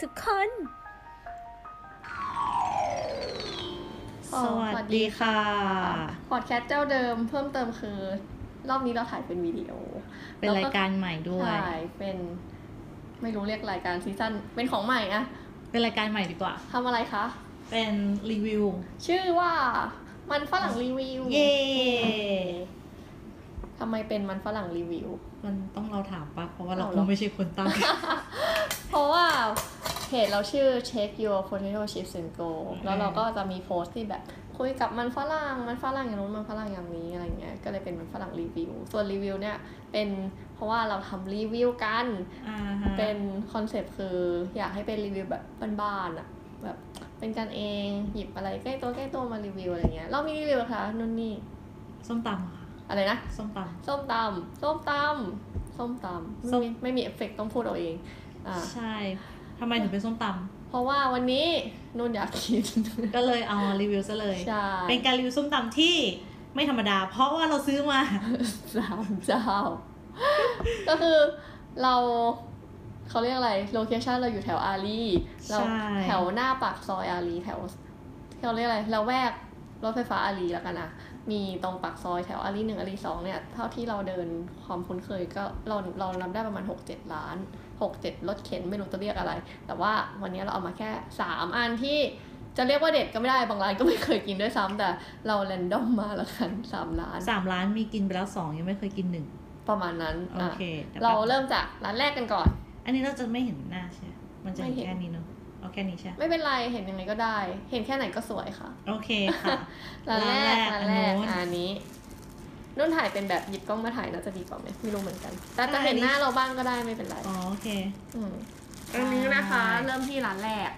ทุกคน สวัสดีค่ะ พอดแคสต์เจ้าเดิมเพิ่มเติมคือ รอบนี้เราถ่ายเป็นวิดีโอ เป็นรายการใหม่ด้วย ถ่ายเป็น ไม่รู้เรียกรายการซีซั่นเป็นของใหม่อะ เป็นรายการใหม่ดีกว่า ทำอะไรคะ เป็นรีวิว ชื่อว่ามันฝรั่งรีวิว เย่ ทำไมเป็นมันฝรั่งรีวิว มันต้องเราถามปะเพราะว่าเรา เอา ค เหรอ งไม่ใช่คนตั้ ง เพราะว่าเพจเราชื่อ Check Your Potato Chips and Go แล้วเราก็จะมีโพสต์ที่แบบคุยกับมันฝรั่ง มันฝรั่งอย่างนู้นมันฝรั่งอย่างนี้อะไรเงี้ย ก็เลยเป็นมันฝรั่งรีวิว ส่วนรีวิวเนี่ยเป็นเพราะว่าเราทำรีวิวกัน อ่าฮะ เป็นคอนเซปต์คืออยากให้เป็นรีวิวแบบบ้านๆอะแบบเป็นกันเองหยิบอะไรใกล้ตัวใกล้ตัวมารีวิวอะไรเงี้ย เรามีรีวิวค่ะนู่นนี่ ส้มตำค่ะ อะไรนะ ส้มต ส้มตำส้มตำส้มตำ ส้มไม่มีไม่มีเอฟเฟกต์ต้องพูดเอาเองอ่า ำใช่ทำไมถึงเป็นส้มต เพราะว่าวันนี้นุ่นอยากกิน ำ ก็เลยเอารีวิวซะเลย ใช่ เป็นการรีวิวส้มตำที่ไม่ธรรมดา เพราะว่าเราซื้อมา สามเจ้า ก็คือเราเขาเรียกอะไรโลเคชันเราอยู่แถวอารีเรา ใช่ แถวหน้าปากซอยอารีแถวเขาเรียกอะไรเราแวกรถไฟฟ้าอารีแล้วกันอะมีตรงปากซอยแถวอารีหนึ่งอารีสองเนี่ย เท่าที่เราเดินความคุ้นเคยก็เราเรานับได้ประมาณหกเจ็ดล้านหกเจ็ดรถเข็นไม่รู้จะเรียกอะไร แต่ว่าวันนี้เราเอามาแค่สามอันที่ จะเรียกว่าเด็ดก็ไม่ได้บางร้านก็ไม่เคยกินด้วยซ้ำแต่เราแรนดอมมาละกันสามร้าน สามร้านมีกินไปแล้วสองยังไม่เคยกินหนึ่ง ประมาณนั้น โอ อ่ะ เคดี๋ยว เรา แป๊บ เริ่มจากร้านแรกกันก่อน อันนี้เราจะไม่เห็นหน้าใช่ไหมมันจะเห็น ไม่เห็น แค่นี้เนอะเอาแค่นี้ใช่ไหม ไม่เป็นไรเห็นยังไงก็ได้ เห็นแค่ไหนก็สวยค่ะ โอเค ค่ะ ร้านแรกร้านแรก ร้านแรกอันนู้น อะอันนี้นุ่นถ่ายเป็นแบบหยิบกล้องมาถ่ายน่าจะดีกว่าไหมไม่รู้เหมือนกัน แต่จะเห็นหน้าเราบ้างก็ได้ไม่เป็นไร อ๋อโอเค อืม ได้ อันนี้นะคะ เริ่มที่ร้านแรก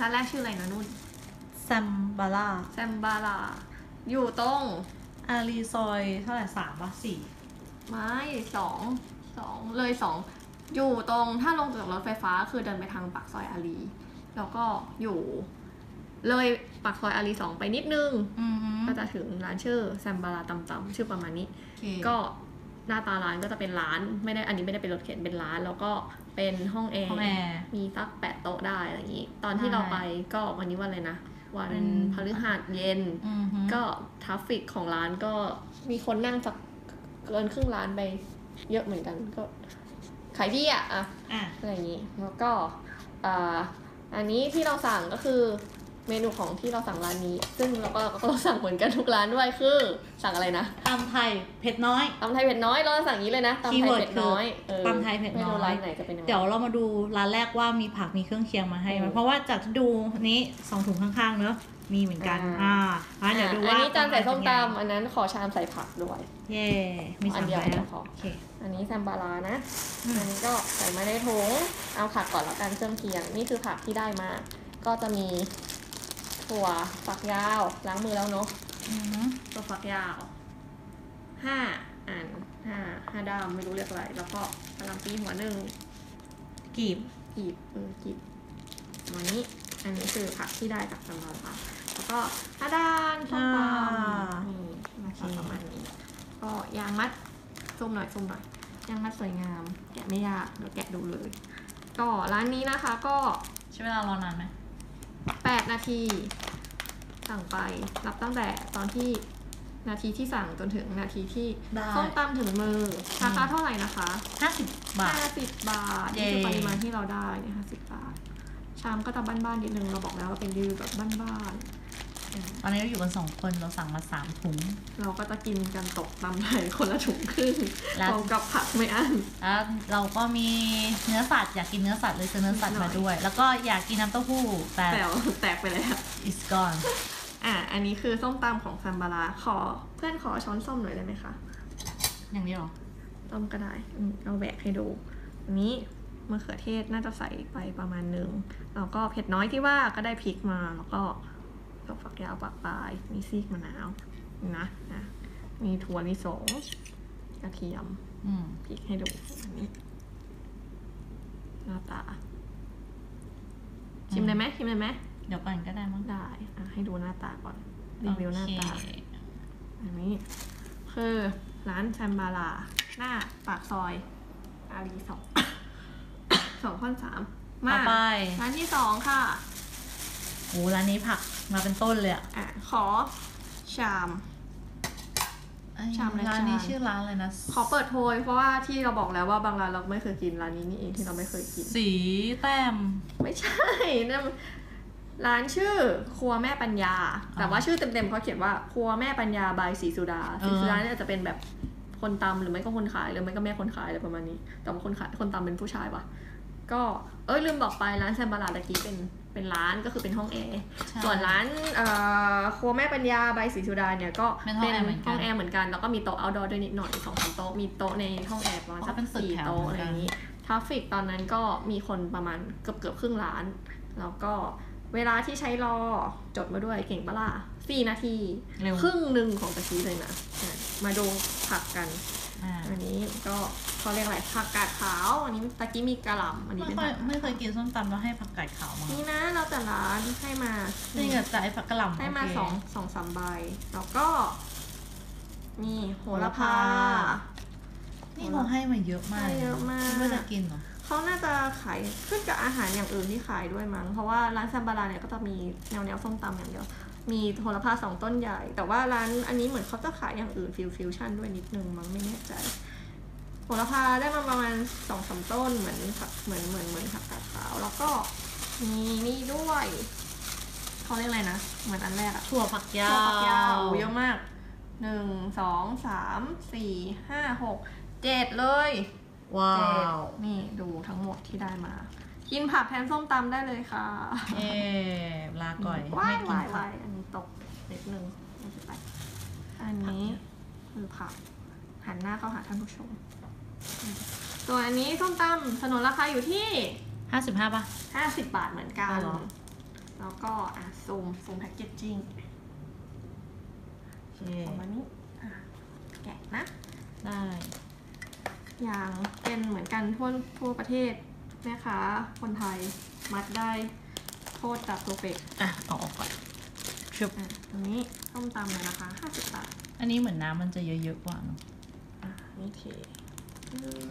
ร้านแรกชื่ออะไรนะนุ่น ซัมบาร่า แซมบาราอยู่ตรง อารีซอยเท่าไหร่สามป่ะสี่ ไม้สองสองเลยสองอยู่ตรงถ้าลงจากรถไฟฟ้าคือเดินไปทางปากซอยอารีแล้วก็อยู่ เลยปากซอยอารีสองไปนิดนึง อือฮึ ก็จะถึงร้านชื่อแซมบาราตำตำๆชื่อประมาณนี้ ก็หน้าตาร้านก็จะเป็นร้านไม่ได้อันนี้ไม่ได้เป็นรถเข็นเป็นร้าน แล้วก็เป็นห้องแอ พ่อ ร์ แม่ มีสักแปดโต๊ะได้อะไรอย่างนี้ ตอนที่เราไปก็วันนี้วันอะไรนะ วัน เป็น พฤหัสเย็น อือฮึ ก็ทราฟฟิกของร้านก็มีคนนั่งสักเกินครึ่งร้านไปเยอะเหมือนกันก็ขายที่อ่ะอะ อ่ะ อะไรอย่างนี้ แล้วก็อ่าอันนี้ที่เราสั่งก็คือเมนูของที่เราสั่งร้านนี้ ซึ่งเราก็เราสั่งเหมือนกันทุกร้านด้วยคือ สั่งอะไรนะ ตำไทยเผ็ดน้อย ตำไทยเผ็ดน้อย เราจะสั่งอย่างนี้เลยนะตำไทยเผ็ดน้อยเออ ตำไทยเผ็ดน้อย ไม่รู้ร้านไหนจะเป็นยังไง เดี๋ยวเรามาดูร้านแรกว่ามีผักมีเครื่องเคียงมาให้ไหมเพราะว่าจากที่ดูนี้สองถุงข้างๆเนอะมีเหมือนกัน อ่าอ่ะเดี๋ยวดูว่า อันนี้จานใส่ส้มตำอันนั้นขอชามใส่ผักด้วย เย่มี อั สาน ม เดียว ใบ เดี แล้ ยว วพอ โอเค อันนี้แซมบารานะ อืม อันนี้ก็ใส่มาในถุง เอาผักก่อนแล้วกันเครื่องเคียง นี่คือผักที่ได้มา ก็จะมีถั่วฝักยาวล้างมือแล้วเนาะ อือฮึ ตัวฟักยาวห้าอันห้าห้าด้ามไม่รู้เรียกอะไร แล้วก็กระหลำปีหัวหนึ่ง กีบ กีบเออกีบหัวนี้ อันนี้คือผักที่ได้จากสำเราค่ะ แล้วก็ห้าด้านส้มตำนี่นะคะประมาณนี้ ก็ยางมัดซุ่มหน่อยซุ่มหน่อยยางมัดสวยงาม แกะไม่ยากเดี๋ยวแกะดูเลย ก็ร้านนี้นะคะก็ ใช้เวลารอนานไหม แปดนาทีสั่งไปนับตั้งแต่ตอนที่นาทีที่สั่งจนถึงนาทีที่ ได้ ส้มตำถึงมือราคา อืม เท่าไหร่นะคะ ห้าสิบบาท ห้าสิบบาท เย้ นี่คือปริมาณที่เราได้เนี่ยห้าสิบบาท ชามก็จะบ้านๆนิดนึงเราบอกแล้วว่าเป็นรีวิวแบบบ้านๆอืม ตอนนี้เราอยู่กันสองคนเราสั่งมาสามถุง เราก็จะกินกันตกตำไทยคนละถุงครึ่ง แล้ว พร้อมกับผักไม่อั้น แล้วเราก็มีเนื้อสัตว์อยากกินเนื้อสัตว์เลยซื้อเนื้อสัตว์มาด้วย แล้วก็อยากกินน้ำเต้าหู้แต่ แต่ว่าแตกไปแล้ว it's gone อ่ะอันนี้คือส้มตำของแซมบาราขอเพื่อนขอช้อนส้มหน่อยได้ไหมคะ อย่างนี้หรอ ต้มก็ได้อืมเราแบกให้ดูอันนี้มะเขือเทศน่าจะใส่ไปประมาณหนึ่ง แล้วก็เผ็ดน้อยที่ว่าก็ได้พริกมา แล้วก็ดอกฝักยาวปักปลาย มีซีกมะนาวนะนะ มีถั่วลิสงกระเทียม อืม พริกให้ดูอันนี้ หน้าตา ชิมเลยไหมชิมเลยไหม เดี๋ยวก่อนก็ได้มั้ง ได้อ่ะให้ดูหน้าตาก่อนรีวิวหน้าตา โอเค อันนี้คือร้านแซมบาราหน้าปากซอย อารีสอง สองข้อนสาม มา เอาไป ร้านที่สองค่ะ โอ้ร้านนี้ผักมาเป็นต้นเลยอะ อ่ะ ขอชาม ชามละ ร้านนี้ ชาม ชื่อร้านอะไรนะ ขอเปิดโพยเพราะว่าที่เราบอกแล้วว่าบางร้านเราไม่เคยกินร้านนี้นี่เองที่เราไม่เคยกิน สีแต้ม ไม่ใช่นั่นร้านชื่อครัวแม่ปัญญา แต่ว่าชื่อเต็มๆเขาเขียนว่าครัวแม่ปัญญาบายศรีสุดา เออ ศรีสุดาเนี่ยจะเป็นแบบคนตำหรือไม่ก็คนขายหรือไม่ก็แม่คนขายอะไรประมาณนี้ แต่ว่าคนขายคนตำเป็นผู้ชายว่ะ ก็เอ้ยลืมบอกไปร้านแซมบาราตะกี้เป็นเป็นร้านก็คือเป็นห้องแอร์ ใช่ ส่วนร้านเอ่อครัวแม่ปัญญาใบายศรีสุดาเนี่ยก็ เป็นห้องแอร์เหมือนกัน ห้องแอร์เหมือนกันแล้วก็มีโต๊ะ outdoor ด้วยนิดหน่อยสองสามโต๊ะมีโต๊ะในห้องแอร์ประมาณ อ๋อ สัก เป็นตึก สี่ แถว โต๊ะ เหมื อะ อน ไร กั อน ย่างนี้ทราฟฟิกตอนนั้นก็มีคนประมาณเกือบเกือบๆครึ่งล้าน แล้วก็เวลาที่ใช้รอจดมาด้วยเก่งปะล่ะสี่นาที เร็ว ครึ่งหนึ่งของตะกี้เลยนะอ่ะมาดูผักกัน อ่า อันนี้ก็เขาเรียกอะไรผักกาดขาว อันนี้ตะกี้มีกระหล่ำอันนี้ ไม่ เป็น ค่อย ผักกาด ไม่เคยกินส้มตำแล้วให้ผักกาดขาวมา นี่นะเราแต่ร้านให้มา จริงอะแต่ไอ้ผักกะหล่ำ ได้มา โเค สองสองสามใบ แล้วก็นี่โหโหระพาระพา นี่เราให้มาเยอะมาก ให้เยอะมาก คิดว่าจะกินเหรอ เขาน่าจะขายขึ้นกับอาหารอย่างอื่นที่ขายด้วยมั้ง เพราะว่าร้านซัมบาราเนี่ยก็จะมีแนวแนวส้มตำอย่างเดียว มีโหระพาสองต้นใหญ่ แต่ว่าร้านอันนี้เหมือนเขาจะขายอย่างอื่นฟิลฟิวชั่นด้วยนิดนึงมั้งไม่แน่ใจโหระพาได้มาประมาณสองสามต้นเหมือนผักเหมือนเหมือนเหมือนผักกาดขาว แล้วก็มีนี่ด้วยเขาเรียกอะไรนะ เหมือนอันแรกอะ ถั่วฝักยา ถั่วฝักยาว ว เยอะมาก หนึ่ง สอง สาม สี่ ห้า หก เจ็ดเลย ว้า เจ็ด ว นี่ดูทั้งหมดที่ได้มา กินผักแทนส้มตำได้เลยค่ะ เอ๊ะลาก่อย ว้า ไม่ ย กิน ว้าย ผั ว้าก ยอันนี้ตกนิดนึงไม่เป็นไรอันนี้คือผัก หันหน้าเข้าหาท่านผู้ชม ตัวอันนี้ส้มตำสนนราคาอยู่ที่ ห้าสิบห้าป่ะ ห้าสิบบาทเหมือนกัน อ๋อเหรอ แล้วก็อ่ะซูมซูมแพ็กเกจจิ้ง โอเค ออกมานี่อ่ะแกะนะ ได้ อย่างเป็นเหมือนกันทั่วทั่วประเทศแม่ค้าคนไทยมัดได้โทษจับตัวเป็ด อ่ะเอาออกก่อนชุบ อ่ะตรงนี้ต้มตำเลยนะคะห้าสิบบาท อันนี้เหมือนน้ำมันจะเยอะๆกว่าเนอะ อ่ะนี่เทอืม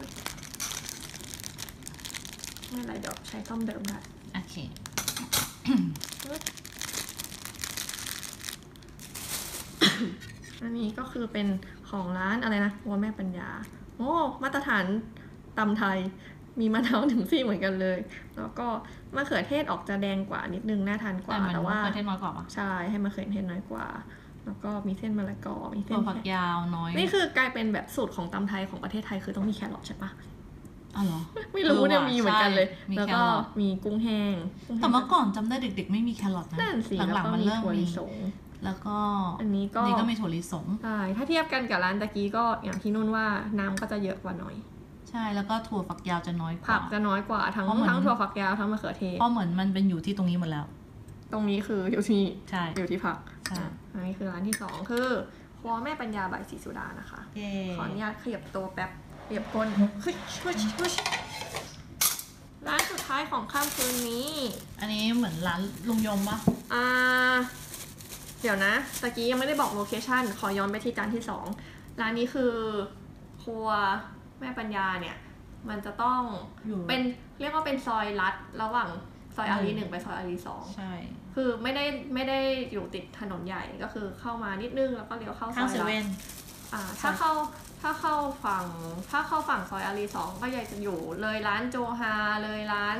ไม่เป็นไรเดี๋ยวใช้ต้มเดิมได้ โอเค อันนี้ก็คือเป็นของร้านอะไรนะวัวแม่ปัญญา โอ้มาตรฐานตำไทย มีมะนาว ถึงซี่เหมือนกันเลย แล้วก็มะเขือเทศออกจะแดงกว่านิดนึงน่าทานก แต่ ว่า เหมือน แต่ว่า ประเทศน้อยกว่าป่ะ ใช่ให้มะเขือเทศน้อยกว่า แล้วก็มีเส้นมะละกอ มีเส้ ถั่ น วฝักยาวน้อย นี่คือกลายเป็นแบบสูตรของตำไทยของประเทศไทยคือต้องมีแครอทใช่ปะ อ๋อเหรอ ไม่รู้เนี่ย เออว่ะ มีเหมือนกันเลย ใช่มี แล้ว แครอท ก็มีกุ้งแห้งกุ้ง แต่ ห้ง เมื่อก่อนจำได้เด็ก ๆ ไม่มีแครอทนะ นั่นสิ หลั แล้ว งๆมันก็มี เริ่ม ถั่ว มี ลิสง แล้วก็ อันนี้ก็ นี่ก็มีถั่วลิสง ใช่ถ้าเทียบกันกับร้านตะกี้ก็อย่างที่นุ่นว่าน้ำก็จะเยอะกว่าหน่อย ใช่แล้วก็ถั่วฝักยาวจะน้อยก ผั ว่า กจะน้อยกว่าทั้ง เพราะเหมือน ทั้งถั่วฝักยาวทั้งมะเขือเทศ เพราะเหมือนมันเป็นอยู่ที่ตรงนี้หมดแล้ว ตรงนี้คืออยู่ที่ ใช่ อยู่ที่ผัก ใช่ อ่ะอันนี้คือร้านที่สองคือครัวแม่ปัญญาใบายศรีสุดานะคะ เย้ ขออนุญาตขยับตัวแป๊บขยับก้นฮึชฮึชฮึชร้านสุดท้ายของค่ำคืนนี้ อันนี้เหมือนร้านลุงยมป่ะ อ่า เดี๋ยวนะตะกี้ยังไม่ได้บอกโลเคชันขอย้อนไปที่จานที่สองร้านนี้คือครัวแม่ปัญญาเนี่ย มันจะต้อง อยู่ เป็นเรียกว่าเป็นซอยลัดระหว่างซอยอารี อืม หนึ่งไปซอยอารีสอง ใช่ คือไม่ได้ไม่ได้อยู่ติดถนนใหญ่ก็คือเข้ามานิดนึงแล้วก็เลี้ยวเข้าซ ข้าง อย เซ ลัด เว่น อ่าถ้าเข้าถ้าเข้าฝั่งถ้าเข้าฝั่งซอยอารีสองก็ยังจะอยู่เลยร้านโจฮาเลยร้าน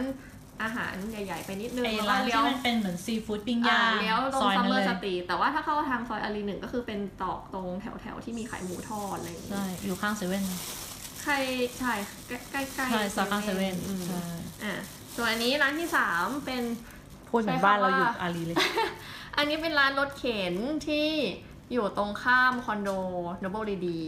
อาหารใหญ่ ๆ ไปนิดนึง ไอ้ แล้วก็ ร้าน เลี้ย ที่ ว มันเป็นเหมือนซีฟู้ดปิ้ง อ่า ย่าง เลี้ยวตรง ซอย ซัม นั้น เมอ เลย ร์สตรีทแต่ว่าถ้าเข้าทางซอยอารีหนึ่งก็คือเป็นตอกตรงแถวๆที่มีขายหมูทอดอะไรอย่างงี้ ใช่อยู่ข้างเซเว่น ใครใช่ใกล้ๆ ใช่ซอยข้างเซเว่น อืม ใช่ อ่าส่วนอันนี้ร้านที่สามเป็น พูดเหมือนบ้านเราอยู่อารี เลย อันนี้เป็นร้านรถเข็นที่อยู่ตรงข้ามคอนโดนบรีดี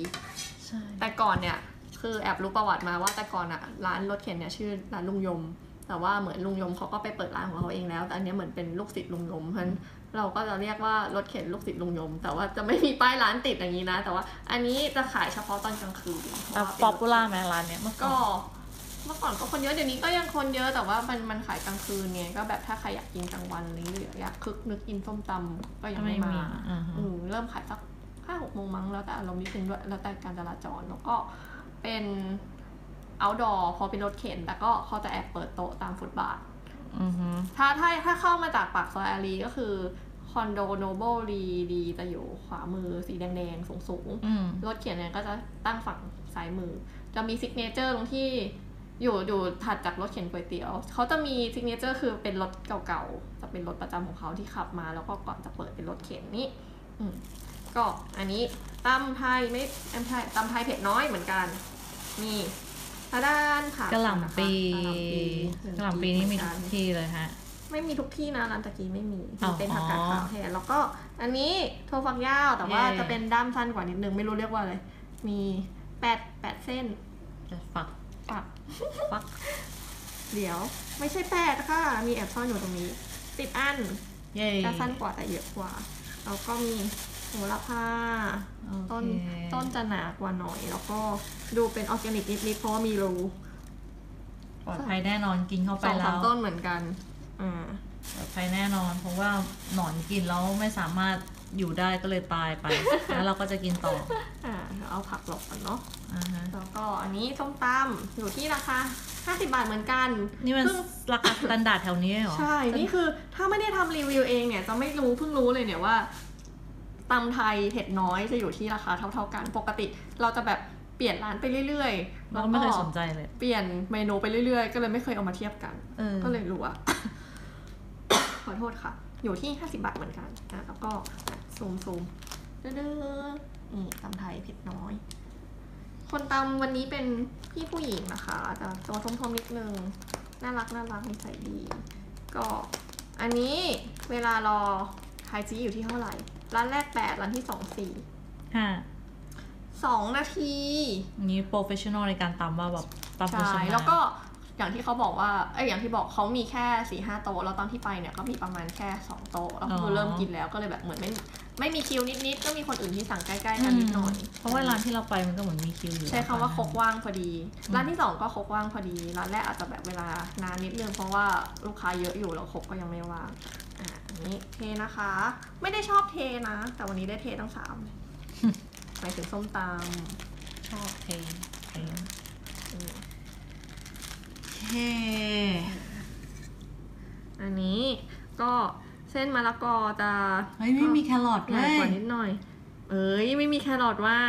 ใช่ แต่ก่อนเนี่ยคือแอบรู้ประวัติมาว่าแต่ก่อนอะร้านรถเข็นเนี่ยชื่อร้านลุงยม แต่ว่าเหมือนลุงยมเขาก็ไปเปิดร้านของเขาเองแล้ว แต่อันเนี้ยเหมือนเป็นลูกศิษย์ลุงยมเพราะฉะนั้นเราก็จะเรียกว่ารถเข็นลูกศิษย์ลุงยม แต่ว่าจะไม่มีป้ายร้านติดอย่างนี้นะ แต่ว่าอันนี้จะขายเฉพาะตอนกลางคืนเพราะว่า ป๊อป เป็น ปูล่าไหมร้านเนี้ยเมื่อก่ ก็ อน เมื่อก่อนก็คนเยอะเดี๋ยวนี้ก็ยังคนเยอะแต่ว่ามันมันขายกลางคืนไงก็แบบถ้าใครอยากกินกลางวันอะไรอย่างเงี้ยหรืออยากคึกนึกกินส้มตำก็ยัง ไม่ ไม่ มี มา อ่าฮะ อืมเริ่มขายสักห้าหกโมงมั้งแล้วแต่อารมณ์นิดนึงด้วยแล้วแต่การจราจรแล้วก็เป็น outdoor เพราะเป็นรถเข็น แต่ก็เขาจะแอบเปิดโต๊ะตามฟุตบาท อือฮึ ถ้าถ้าถ้าเข้ามาจากปากซอยอารีก็คือคอนโดโนเบิลรีดีจะอยู่ขวามือสีแดงๆ สูง อืม ๆ รถเขียนเนี่ยก็จะตั้งฝั่งซ้ายมือ จะมีซิกเนเจอร์ตรงที่อยู่อยู่ถัดจากรถเขียนก๋วยเตี๋ยว เขาจะมีซิกเนเจอร์คือเป็นรถเก่าๆ จะเป็นรถประจำของเขาที่ขับมาแล้วก็ก่อนจะเปิดเป็นรถเข็นนี้อืมก็อันนี้ตำไทยไม่ตำไทยตำไทยเผ็ดน้อยเหมือนกันนี่ทาด้านค่ะ กะหล่ำปี กะหกะหล่ำปีล่ำปีนี่มี เหอ ทุ กั กที่เลยฮะ ไม่มีทุกที่นะร้านตะกี้ไม่มี อ๋อ เป็นผักกาดขาวแทนแล้วก็อันนี้โทรฟักยาวแต่ว่า เย่ จะเป็นด้ามสั้นกว่านิดนึงไม่รู้เรียกว่าอะไรมีแปดแปดเส้น จะฝัก ปัก ปัก เดี๋ยว ไม่ใช่แปดค่ะ มีแอบซ่อนอยู่ตรงนี้สิบอัน เย่ จะสั้นกว่าแต่เยอะกว่าแล้วก็มีโหระพา โอเค ต้นต้นจะหนากว่าหน่อย แล้วก็ดูเป็นออร์แกนิกนิดๆเพราะว่ามีรู ปลอดภัยแน่นอนกินเข้าไป สอง แล้ สาม ว ต้นเหมือนกันอ่า ปลอดภัยแน่นอน เพราะว่าหนอนกินแล้วไม่สามารถอยู่ได้ก็เลยตายไป แล้วเราก็จะกินต่อ อ่าเอาผักหลบก่อนเนาะ อ่าฮะ แล้วก็อันนี้ส้มตำอยู่ที่ราคา 50 บาทเหมือนกัน นี่มัน เพิ่ง ราคาสแตนดาร์ดแถวนี้เหรอ ใช่ นี่คือถ้าไม่ได้ทำรีวิวเองเนี่ยจะไม่รู้เพิ่งรู้เลยเนี่ยว่าตำไทยเผ็ดน้อยจะอยู่ที่ราคาเท่า ๆกัน ปกติเราจะแบบเปลี่ยนร้านไปเรื่อยๆ เราก็ไม่เคยสนใจเลย เปลี่ยนเมนูไปเรื่อยๆ ก็เลยไม่เคยเอามาเทียบกัน เออ ก็เลยรู้อะ ขอโทษค่ะ อยู่ที่ 50 บาทเหมือนกันอ่ะแล้วก็ซูมซูมเด้อๆนี่ตำไทยเผ็ดน้อย คนตำวันนี้เป็นพี่ผู้หญิงนะคะแต่ตัวทมๆนิดนึง น่ารักน่ารักนิสัยดี ก็อันนี้เวลารอไทยจีอยู่ที่เท่าไหร่ ร้านแรก 8 ร้านที่ 2 ค่ะ 4 2 นาที นี่โปรเฟชชั่นอลในการตำว่าแบบตำโปร ใช่ เฟชชั่นอล แล้วก็อย่างที่เขาบอกว่าเอ้ยอย่างที่บอกเขามีแค่สี่ห้าโต๊ะแล้วตอนที่ไปเนี่ยก็มีประมาณแค่สองโต๊ะแล้ว อ๋ คือ อ เริ่มกินแล้วก็เลยแบบเหมือนไม่ไม่มีคิวนิดๆก็มีคนอื่นที่สั่งใกล้ๆกันนิดหน่อย เพราะว่าร้านที่เราไปมันก็เหมือนมีคิวอยู่ ใช้คำว่าครกว่างพอดี อืม ร้านที่สองก็ครกว่างพอดีร้านแรกอาจจะแบบเวลานานนิดนึงเพราะว่าลูกค้าเยอะอยู่แล้วครกก็ยังไม่ว่างอ่ะอันนี้เทนะคะ ไม่ได้ชอบเทนะ แต่วันนี้ได้เททั้งสามหมายถึงส้มตำชอบ โอเคโอ อืม เค อันนี้ก็เส้นมะละกอจะ เฮ้ยไม่มีแครอท ห ด้ นาวกว่าย นิดหน่อย เอ้ยไม่มีแครอทว่า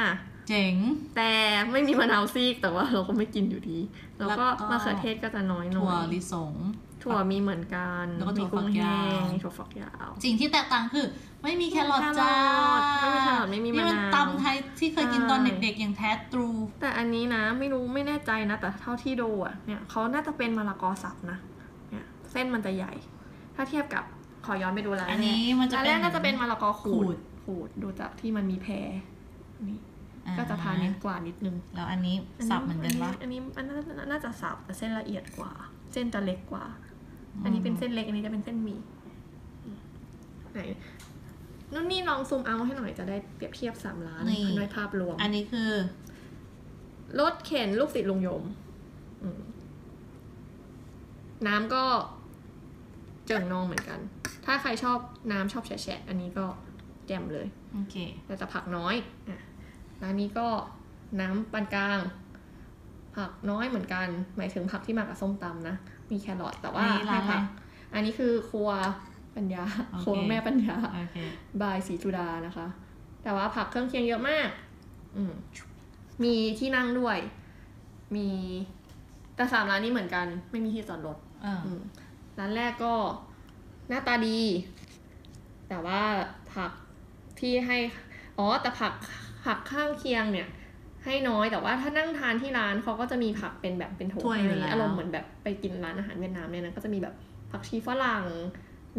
เจ๋ง แต่ไม่มีมะนาวซีกแต่ว่าเราก็ไม่กินอยู่ดี แล้วก็ แล้วก็ มะเขือเทศก็จะน้อยหน่ ถั่ว อย ลิสง ถั่วมีเหมือนกัน แล้วก็ถั่ มี ว กุ้ง ฝัก แห้ ยาว งถั่วฝักยาว สิ่งที่แตกต่างคือ ไม่มีแครอท ไม่มีแครอท จ้า ไม่มีแครอทไม่มีมะนาว มันตำไทยที่เคยกินตอน ใช่ เด็กๆ อย่างแท้ตรู แต่อันนี้นะไม่รู้ไม่แน่ใจนะแต่เท่าที่ดูอ่ะเนี่ยเขาน่าจะเป็นมะละกอสับนะเนี่ยเส้นมันจะใหญ่ ถ้าเทียบกับขอย้อนไปดูร้าน อันนี้มันจะ ร้าน เป็ แร น กก็จะเป็นมะละกอขู ขู ด ด ขูดดูจากที่มันมีแพรนี่ อ่ ก็จะทานนิดกว่านิดนึง แล้วอันนี้สับเหมือนกันปะ อันนี้อันนี้อันน่าน่าจะสับแต่เส้นละเอียดกว่า เส้นจะเล็กกว่า อันนี้เป็นเส้นเล็ก อันนี้จะเป็นเส้นหมี่อืมไหนนู่นนี่ลองซูมเอาให้หน่อยจะได้เปรียบเทียบสามร้านด้วยภาพรวม อันนี้คือ รถเข็นลูกศิษย์ลุงยมอืมน้ำก็เจิ่งนองเหมือนกัน ถ้าใครชอบน้ำชอบแฉะๆอันนี้ก็แจ่มเลย โอเค เราจะผักน้อยอ่ะร้านนี้ก็น้ำปานกลาง ผักน้อยเหมือนกัน หมายถึงผักที่มากับส้มตำนะ มีแครอทแต่ อัน ว่า นี้ร้านอะไร ผัอันนี้คือครัวปัญญา โอเค ครัวแม่ปัญญา โอเค บายสีจุดานะคะ แต่ว่าผักเครื่องเคียงเยอะมาก อืมมีที่นั่งด้วย มีแต่สามร้านนี้เหมือนกัน ไม่มีที่จอดรถ เออ อืมร้านแรกก็หน้าตาดี แต่ว่าผักที่ให้อ๋อแต่ผักผักข้างเคียงเนี่ย ให้น้อยแต่ว่าถ้านั่งทานที่ร้านเขาก็จะมีผักเป็นแบบเป็นโถ ถ้วยอยู่แล้ว อารมณ์เหมือนแบบไปกินร้านอาหารเวียดนามเนี่ยนะก็จะมีแบบผักชีฝรั่ง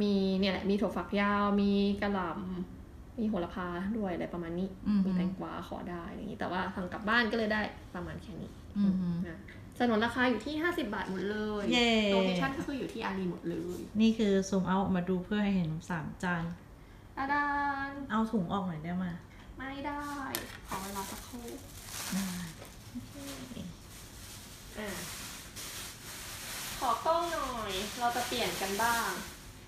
มีเนี่ยแหละมีถั่วฝักยาว มีกระหล่ำมีโหระพาด้วยอะไรประมาณนี้ อือฮึ มีแตงกวาขอได้อะไรอย่างนี้ แต่ว่าสั่งกลับบ้านก็เลยได้ประมาณแค่นี้ อืม นะสนนราคาอยู่ที่ 50 บาทหมดเลย เย้ โลเคชั่นก็คืออยู่ที่อารีหมดเลย นี่คือซูมเอาออกมาดูเพื่อให้เห็นสามจาน อาดาน เอาถุงออกหน่อยได้ไหม ไม่ได้ ขอเวลาสักครู่อ่ะขอกล้องหน่อย เราจะเปลี่ยนกันบ้าง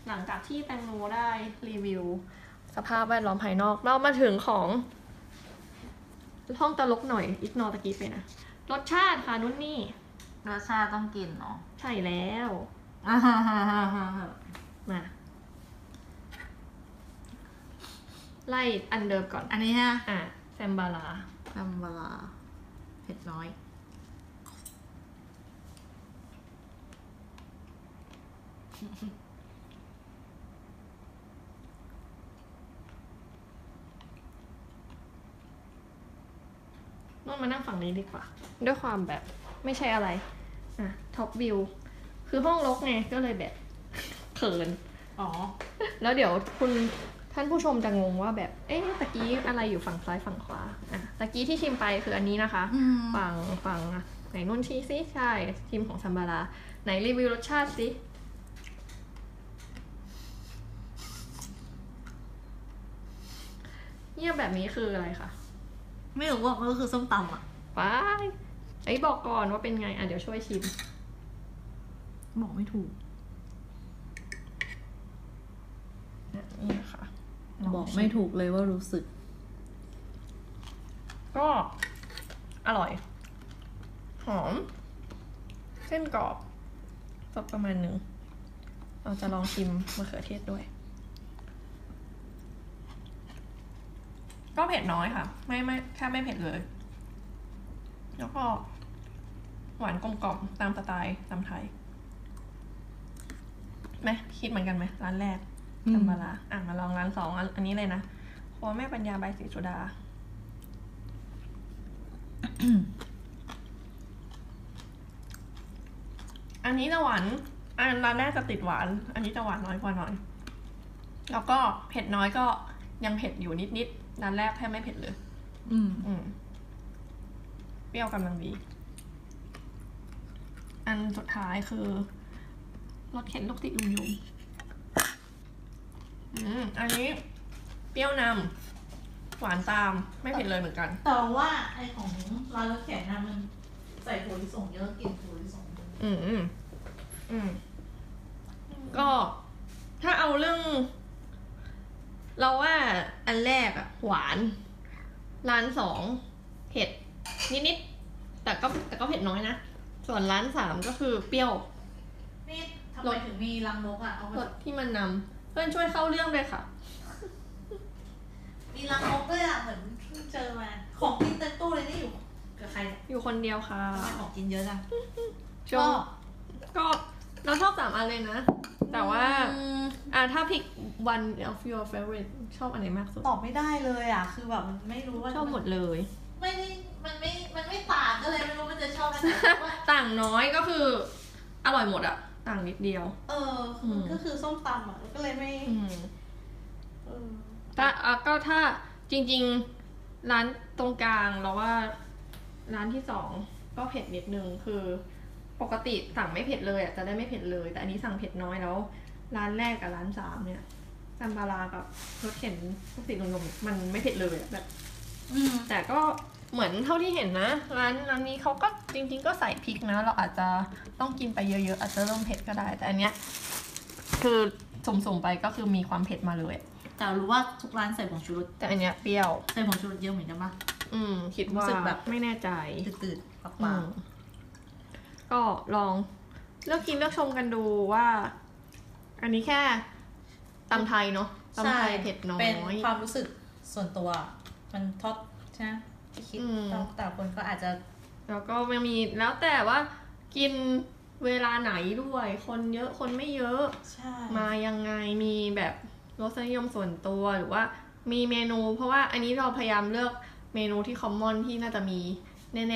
หลังจากที่แตงโมได้รีวิว สภาพแวดล้อมภายนอก เรามาถึงของ ห้องตลกหน่อย อิกนอตะกี้ไปนะ รสชาติค่ะนุ่นนี่ รสชาติต้องกินเนาะ ใช่แล้ว อ่าฮะฮะฮะฮะฮะ มา ไล่อันเดิมก่อน อันนี้ฮะ อ่ะแซมบาลา ตำเวลาเผ็ดน้อย นอนมานั่งฝั่งนี้ดีกว่า ด้วยความแบบไม่ใช่อะไร อ่ะท็อปวิว คือห้องรกไงก็เลยแบบ เขิน อ๋อ แล้วเดี๋ยวคุณท่านผู้ชมจะงงว่าแบบ เอ๊ะตะกี้อะไรอยู่ฝั่งซ้ายฝั่งขวา อ่ะตะกี้ที่ชิมไปคืออันนี้นะคะ อืม ฝั่งฝั่งอ่ะไหนนุ่นชี้สิใช่ชิมของซัมบาราไหนรีวิวรสชาติสิเงียบแบบนี้คืออะไรคะ ไม่รู้ว่ามันก็คือส้มตำอ่ะ ไปไอ้ยบอกก่อนว่าเป็นไง อ่ะ เดี๋ยวช่วยชิม บอกไม่ถูก นี่นะคะ บอกไม่ถูกเลยว่ารู้สึก ก็ อร่อย หอม เส้นกรอบสดประมาณหนึ่ง เราจะลองชิมมะเขือเทศด้วย ก็เผ็ดน้อยค่ะ ไม่ไม่แค่ไม่เผ็ดเลย แล้วก็ หวานกลมกล่อมตามสไตล์ตามไทยไหมคิดเหมือนกันไหมร้านแรก อืม ทำมาละอ่ะมาลองร้านสองอันอันนี้เลยนะครัวแม่ปัญญาใบายศรีสุดา อันนี้จะหวานอันร้านแรกจะติดหวาน อันนี้จะหวานน้อยกว่าหน่อย แล้วก็เผ็ดน้อยก็ยังเผ็ดอยู่นิดๆร้านแรกแทบไม่เผ็ดเลย อืม อืมเปรี้ยวกำลังดี อันสุดท้ายคือรสเข็นลูกติดยุงยุงอืมอันนี้เปรี้ยวนำหวานตามไม่เผ็ดเลยเหมือนกัน แต่ว่าไอของร้านรถแข่งนะมันใส่ถั่วลิสงเยอะกลิ่นถั่วลิสงเยอะ อืมอืมอืมก็ถ้าเอาเรื่อง เราว่าอันแรกอะหวาน ร้านสองเผ็ดนิดๆแต่ก็แต่ก็เผ็ดน้อยนะ ส่วนร้านสามก็คือเปรี้ยว นี่ทำไมถึงมีรังนกอ่ะเอา ร มา ถที่มันนำเพื่อนช่วยเข้าเรื่องด้วยค่ะ มีรังนกด้วยอ่ะเหมือนเพิ่งเจอมาของกินเต็มตู้เลยนี่อยู่กับใครเนี่ย อยู่คนเดียวค่ะ ทำไมของกินเยอะจัง ก็ก็เราชอบสามอันเลยนะ แต่ว่า อืม อ่าถ้าพิก one of your favorite ชอบอันไหนมากสุด ตอบไม่ได้เลยอ่ะ คือแบบมันไม่รู้ว่า ชอบหมดเลย ไม่ได้มันไม่ มันไม่ต่างก็เลยไม่รู้มันจะชอบอันไหนเพราะว่า ต่างน้อยก็คือ อร่อยหมดอะต่างนิดเดียว เออคือมันก็คือส้มตำอ่ะก็เลยไม่ อืม เออ ถ้าอ่ะก็ถ้าจริง ๆ ร้านตรงกลางเราว่า ร้านที่สองก็เผ็ดนิดนึงคือ ปกติสั่งไม่เผ็ดเลยอะจะได้ไม่เผ็ดเลย แต่อันนี้สั่งเผ็ดน้อยแล้ว ร้านแรกกับร้านสามเนี่ยซัมบารากับรสเข็นลูกศิษย์ลงๆมันไม่เผ็ดเลยอะแบบ อืม แต่ก็เหมือนเท่าที่เห็นนะร้านร้านนี้เขาก็จริง ๆ ก็ใส่พริกนะ เราอาจจะต้องกินไปเยอะ ๆ อาจจะเริ่มเผ็ดก็ได้ แต่อันเนี้ยคือสุ่มๆไปก็คือมีความเผ็ดมาเลยอะ แต่รู้ว่าทุกร้านใส่ผงชูรส แต่อันเนี้ยเปรี้ยว ใส่ผงชูรสเยอะเหมือนกันปะ อืม คิดว่า สึกแบบ ไม่แน่ใจ ตืดๆปาก อื ปาม ก็ลองเลือกกินเลือกชมกันดูว่า อันนี้แค่ตำไทยเนาะตำไทยเผ็ดน้อย เป็นความรู้สึกส่วนตัว มันทอดใช่ไหมที่คิด อืม แต่แต่ละคนก็อาจจะ แล้วก็ยังมีแล้วแต่ว่ากินเวลาไหนด้วย คนเยอะคนไม่เยอะ ใช่ มายังไงมีแบบรสนิยมส่วนตัวหรือว่ามีเมนู เพราะว่าอันนี้เราพยายามเลือกเมนูที่คอมมอนที่น่าจะมี